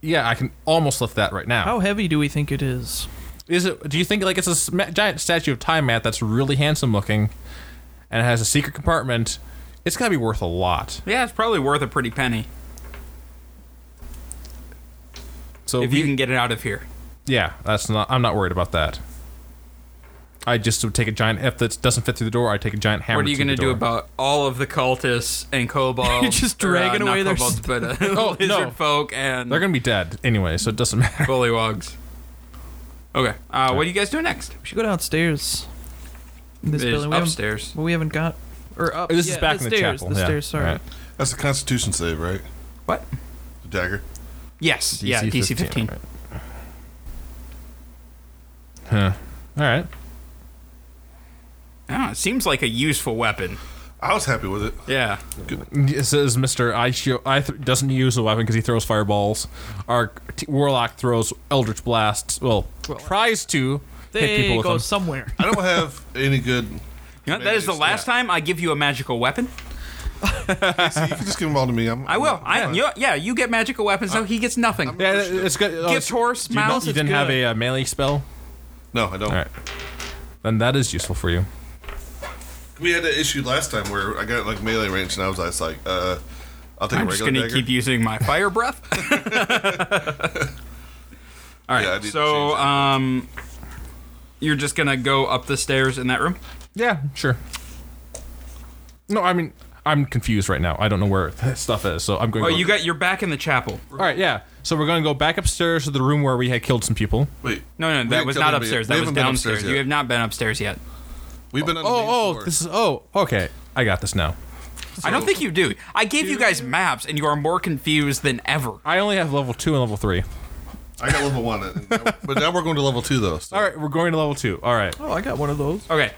Speaker 1: yeah, I can almost lift that right now.
Speaker 4: How heavy do we think it is?
Speaker 1: Is it? Do you think like it's a sma- giant statue of Time Mat that's really handsome looking, and it has a secret compartment? It's gotta be worth a lot.
Speaker 3: Yeah, it's probably worth a pretty penny
Speaker 1: So
Speaker 3: if
Speaker 1: we-
Speaker 3: you can get it out of here.
Speaker 1: yeah, that's not. I'm not worried about that. I just would take a giant. If that doesn't fit through the door, I take a giant hammer.
Speaker 3: What are you
Speaker 1: to
Speaker 3: gonna
Speaker 1: the
Speaker 3: do
Speaker 1: door.
Speaker 3: about all of the cultists and kobolds?
Speaker 4: You're just
Speaker 3: or, uh,
Speaker 4: dragging
Speaker 3: not
Speaker 4: away their
Speaker 3: kobolds,
Speaker 4: st-
Speaker 3: but, uh,
Speaker 1: Oh,
Speaker 3: lizard
Speaker 1: no.
Speaker 3: folk and
Speaker 1: They're gonna be dead anyway, so it doesn't matter.
Speaker 3: bullywogs. Okay, uh, what do you guys do next?
Speaker 4: We should go downstairs. In this
Speaker 3: It is
Speaker 4: building, we haven't-
Speaker 3: upstairs.
Speaker 4: Well, we haven't got or up.
Speaker 1: This
Speaker 4: yeah,
Speaker 1: is back
Speaker 4: the
Speaker 1: in the
Speaker 4: stairs,
Speaker 1: chapel.
Speaker 4: The
Speaker 1: yeah.
Speaker 4: stairs. Sorry.
Speaker 1: Alright.
Speaker 2: That's a Constitution save, right?
Speaker 3: What?
Speaker 2: The dagger.
Speaker 3: Yes. yeah. DC 15.
Speaker 1: right. Huh. All right.
Speaker 3: Ah, it seems like a useful weapon.
Speaker 2: I was happy with it.
Speaker 3: Yeah.
Speaker 1: This is Mister. I show. I th- doesn't use a weapon because he throws fireballs. Our t- warlock throws eldritch blasts. Well, tries to.
Speaker 4: They
Speaker 1: people with
Speaker 4: go
Speaker 1: them.
Speaker 4: somewhere.
Speaker 2: I don't have any good.
Speaker 3: You know, that is the
Speaker 2: Maybe it's-
Speaker 3: last time I give you a magical weapon.
Speaker 2: See, you can just give them all to me. I'm,
Speaker 3: I will. I
Speaker 2: I'm-
Speaker 3: you, yeah, you get magical weapons,
Speaker 1: Uh,
Speaker 3: so he gets nothing.
Speaker 2: I'm-
Speaker 1: Yeah, it's good. Oh,
Speaker 3: Gift
Speaker 1: it's-
Speaker 3: horse,
Speaker 1: do you, not-
Speaker 3: mouse.
Speaker 1: you
Speaker 3: it's
Speaker 1: didn't have
Speaker 3: good.
Speaker 1: a uh, melee spell.
Speaker 2: No, I don't.
Speaker 1: All right, then that is useful for you.
Speaker 2: We had an issue last time where I got like melee range, and I was just like, uh, I'll take
Speaker 3: I'm
Speaker 2: a
Speaker 3: just
Speaker 2: regular
Speaker 3: gonna
Speaker 2: dagger.
Speaker 3: keep using my fire breath. All
Speaker 2: Yeah, I
Speaker 3: right.
Speaker 2: need to change
Speaker 3: so,
Speaker 2: that.
Speaker 3: um, you're just gonna go up the stairs in that room.
Speaker 1: Yeah, sure. No, I mean I'm confused right now. I don't know where that stuff is, so I'm going.
Speaker 3: Oh,
Speaker 1: to go-
Speaker 3: you got you're back in the chapel.
Speaker 1: All right, yeah. So we're going to go back upstairs to the room where we had killed some people.
Speaker 2: Wait,
Speaker 3: No, no,
Speaker 2: We
Speaker 3: that
Speaker 2: haven't
Speaker 3: was
Speaker 2: come
Speaker 3: not
Speaker 2: in, we-
Speaker 3: upstairs.
Speaker 2: we
Speaker 3: That was
Speaker 2: haven't been
Speaker 3: downstairs.
Speaker 2: upstairs
Speaker 3: You
Speaker 2: yet.
Speaker 3: have not been upstairs yet.
Speaker 2: we've been on the main
Speaker 1: Oh, oh,
Speaker 2: floor.
Speaker 1: this is oh, okay. I got this now.
Speaker 3: I don't think you do. I gave you guys maps, and you are more confused than ever.
Speaker 1: I only have level two and level three.
Speaker 2: I got level one, and now- but now we're going to level two though. So
Speaker 1: All right, we're going to level two. All right.
Speaker 4: Oh, I got one of those.
Speaker 3: Okay.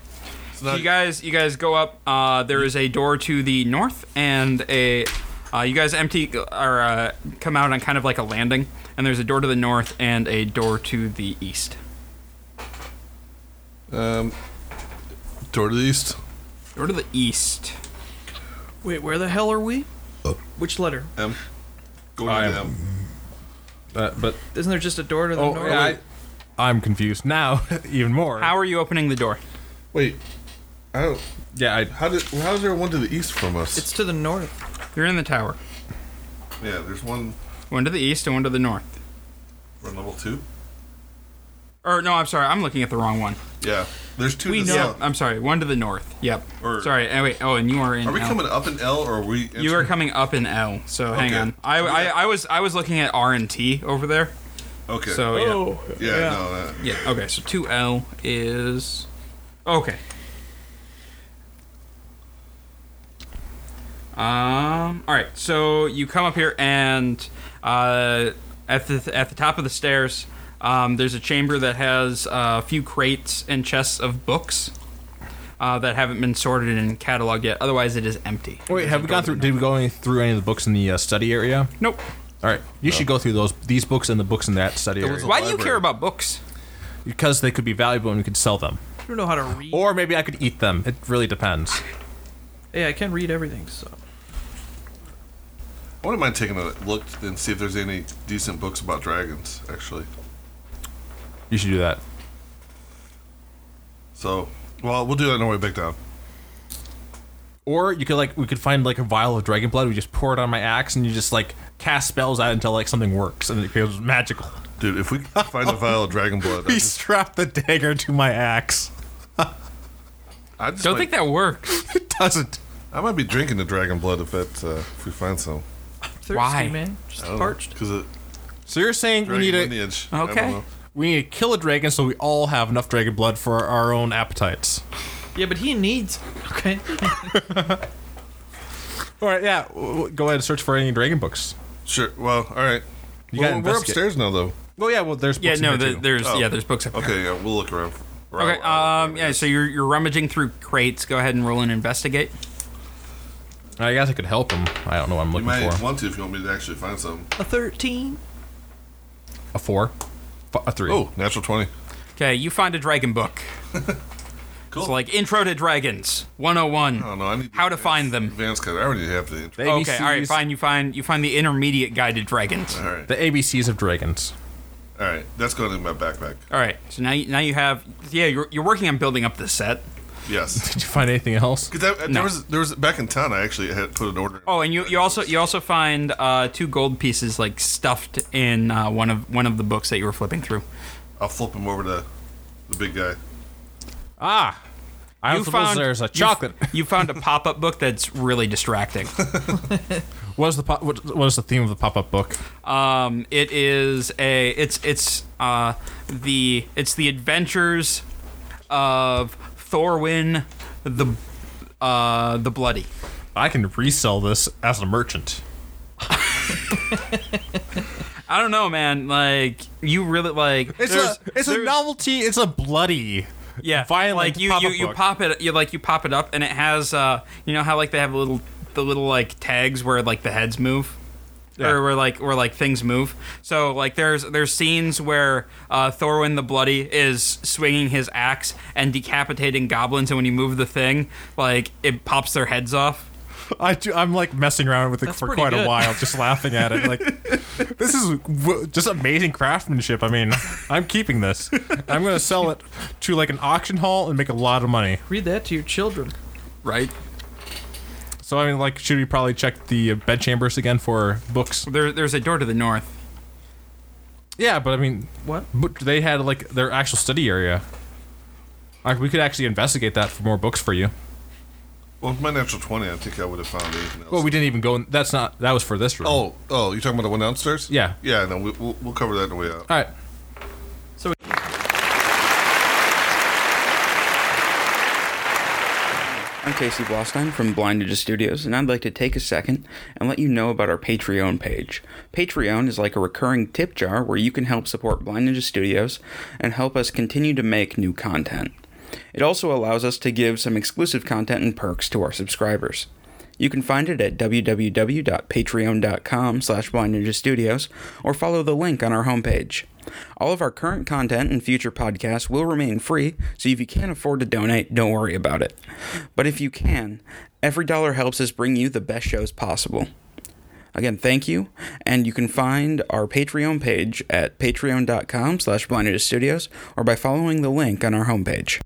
Speaker 2: it's not-
Speaker 3: you guys, you guys go up. Uh, there is a door to the north, and a uh, you guys empty or uh, come out on kind of like a landing, and there's a door to the north and a door to the east.
Speaker 2: um, door to the east.
Speaker 3: Door to the east.
Speaker 4: Wait, where the hell are we? Which letter?
Speaker 2: M. Going
Speaker 1: I
Speaker 2: to
Speaker 1: am-
Speaker 2: M.
Speaker 1: Uh, but
Speaker 4: Isn't there just a door to the
Speaker 1: oh,
Speaker 4: north?
Speaker 1: yeah, I, I'm confused now even more.
Speaker 3: How are you opening the door?
Speaker 2: Wait, I don't.
Speaker 1: Yeah, I,
Speaker 2: How did? How is there one to the east from us?
Speaker 4: It's to the north.
Speaker 3: You're in the tower.
Speaker 2: yeah, there's one.
Speaker 3: One to the east and one to the north.
Speaker 2: We're on level two.
Speaker 3: Or no, I'm sorry, I'm looking at the wrong one.
Speaker 2: Yeah, there's two.
Speaker 4: We
Speaker 2: to
Speaker 4: know-
Speaker 2: The
Speaker 3: Yep,
Speaker 2: south.
Speaker 3: I'm sorry, one to the north. Yep.
Speaker 2: Or-
Speaker 3: sorry. And wait. Oh, and you are in.
Speaker 2: Are we
Speaker 3: L.
Speaker 2: coming up in L or are we?
Speaker 3: You are coming up in L. So hang
Speaker 2: Okay.
Speaker 3: on. I, I I was I was looking at R and T over there.
Speaker 2: Okay.
Speaker 3: So
Speaker 4: Oh,
Speaker 3: yeah.
Speaker 2: yeah,
Speaker 4: yeah.
Speaker 2: no. Uh,
Speaker 3: Yeah. Okay. So two L is okay. Um. All right. So you come up here and uh, at the at the top of the stairs, um, there's a chamber that has uh, a few crates and chests of books. Uh, that haven't been sorted and cataloged yet. Otherwise, it is empty.
Speaker 1: wait, have we gone through? Did we go any, through any of the books in the uh, study area?
Speaker 3: Nope.
Speaker 1: All right, you should go through those these books and the books in that study
Speaker 2: was
Speaker 1: area
Speaker 2: a-
Speaker 3: Why do you
Speaker 2: library.
Speaker 3: care about books?
Speaker 1: because they could be valuable and we could sell them,
Speaker 4: I don't know how to read.
Speaker 1: or maybe I could eat them. It really depends.
Speaker 4: yeah, I can read everything. So
Speaker 2: I wouldn't mind taking a look and see if there's any decent books about dragons, actually.
Speaker 1: You should do that.
Speaker 2: So, well, we'll do that on our way back down.
Speaker 1: Or you could like we could find like a vial of dragon blood. We just pour it on my axe, and you just like cast spells out until like something works, and it becomes magical.
Speaker 2: Dude, if we could find a vial of dragon blood, I
Speaker 1: He
Speaker 2: just,
Speaker 1: strapped the dagger to my axe.
Speaker 2: I just
Speaker 3: Don't
Speaker 2: might,
Speaker 3: think that works.
Speaker 1: It doesn't.
Speaker 2: I might be drinking the dragon blood if that uh, if we find some.
Speaker 4: thirsty,
Speaker 3: Why?
Speaker 4: man. Just
Speaker 2: Oh.
Speaker 4: parched.
Speaker 2: because it
Speaker 1: So you're saying we
Speaker 2: dragon
Speaker 1: need to
Speaker 2: lineage. I don't
Speaker 3: Okay.
Speaker 2: know.
Speaker 1: we need to kill a dragon so we all have enough dragon blood for our own appetites.
Speaker 4: Yeah, but he needs. Okay.
Speaker 1: All right, yeah. w- w- Go ahead and search for any dragon books.
Speaker 2: Sure. Well, all right.
Speaker 1: You
Speaker 2: well,
Speaker 1: gotta
Speaker 2: we're
Speaker 1: investigate.
Speaker 2: upstairs now, though.
Speaker 1: Oh yeah, well there's
Speaker 3: Yeah.
Speaker 1: books in
Speaker 3: No.
Speaker 1: here,
Speaker 3: The,
Speaker 1: too.
Speaker 3: there's
Speaker 2: Oh.
Speaker 3: yeah. There's books up there.
Speaker 2: Okay. Yeah, we'll look around. For, around-
Speaker 3: Okay.
Speaker 2: around.
Speaker 3: Um. Yeah. So you're you're rummaging through crates. Go ahead and roll and investigate.
Speaker 1: I guess I could help him. I don't know what I'm
Speaker 2: you
Speaker 1: looking
Speaker 2: might
Speaker 1: for.
Speaker 2: want to if you want me to actually find some.
Speaker 4: A thirteen.
Speaker 1: A four, F- a three.
Speaker 2: Oh, natural twenty.
Speaker 3: Okay. You find a dragon book.
Speaker 2: Cool.
Speaker 3: It's like Intro to Dragons 101.
Speaker 2: I don't know. I need
Speaker 3: How to
Speaker 2: advanced-
Speaker 3: find them.
Speaker 2: Advanced because I already have the. intro.
Speaker 1: The
Speaker 3: Okay. All right.
Speaker 1: ABCs
Speaker 3: Fine. You find you find the intermediate guided dragons.
Speaker 2: All right.
Speaker 1: The ABCs of dragons.
Speaker 2: All right. That's going in my backpack.
Speaker 3: All right. So now you, now you have yeah. You're you're working on building up this set.
Speaker 2: Yes.
Speaker 1: Did you find anything else?
Speaker 2: Because that,
Speaker 3: No.
Speaker 2: there was there was back in town. I actually had put an order.
Speaker 3: Oh, and you, you also you also find uh, two gold pieces like stuffed in uh, one of one of the books that you were flipping through.
Speaker 2: I'll flip him over to the big guy.
Speaker 1: Ah, I
Speaker 3: you
Speaker 1: suppose there's a
Speaker 3: you-
Speaker 1: chocolate.
Speaker 3: You found a pop up book that's really distracting.
Speaker 1: What is the pop, what, what is the theme of the pop up book?
Speaker 3: Um, it is a it's it's uh the it's the adventures of Thorwin the uh the bloody.
Speaker 1: I can resell this as a merchant.
Speaker 3: I don't know, man. Like you really like
Speaker 1: It's
Speaker 3: there's-
Speaker 1: a it's a
Speaker 3: there's-
Speaker 1: novelty. It's a bloody.
Speaker 3: yeah.
Speaker 1: violent
Speaker 3: like you you,
Speaker 1: pop-up
Speaker 3: you
Speaker 1: book.
Speaker 3: pop it you like you pop it up and it has uh you know how like they have little the little like tags where like the heads move.
Speaker 1: Yeah.
Speaker 3: or where like where like things move. So like there's there's scenes where uh, Thorwin the Bloody is swinging his axe and decapitating goblins, and when you move the thing, like it pops their heads off.
Speaker 1: I do, I'm like messing around with it
Speaker 4: That's
Speaker 1: for
Speaker 4: pretty
Speaker 1: quite a
Speaker 4: good.
Speaker 1: while, just laughing at it. Like, this is w- just amazing craftsmanship. I mean, I'm keeping this. I'm gonna sell it to like an auction hall and make a lot of money.
Speaker 4: Read that to your children.
Speaker 3: Right.
Speaker 1: So I mean, like, should we probably check the bedchambers again for books?
Speaker 3: There, there's a door to the north.
Speaker 1: Yeah, but I mean,
Speaker 4: What?
Speaker 1: but they had like their actual study area. Like, we could actually investigate that for more books for you.
Speaker 2: Well, with my natural 20, I think I would have found anything else.
Speaker 1: Well, we didn't even go. In, that's not. That was for this room.
Speaker 2: oh, oh, you're talking about the one downstairs?
Speaker 1: Yeah.
Speaker 2: Yeah, no, we, we'll, we'll cover that on the way out.
Speaker 1: All right.
Speaker 5: I'm Casey Blostein from Blind Ninja Studios, and I'd like to take a second and let you know about our Patreon page. Patreon is like a recurring tip jar where you can help support Blind Ninja Studios and help us continue to make new content. It also allows us to give some exclusive content and perks to our subscribers. You can find it at www.patreon.com slash Blind Ninja Studios or follow the link on our homepage. All of our current content and future podcasts will remain free, so if you can't afford to donate, don't worry about it. But if you can, every dollar helps us bring you the best shows possible. Again, thank you, and you can find our Patreon page at patreon.com slash Blind Ninja Studios or by following the link on our homepage.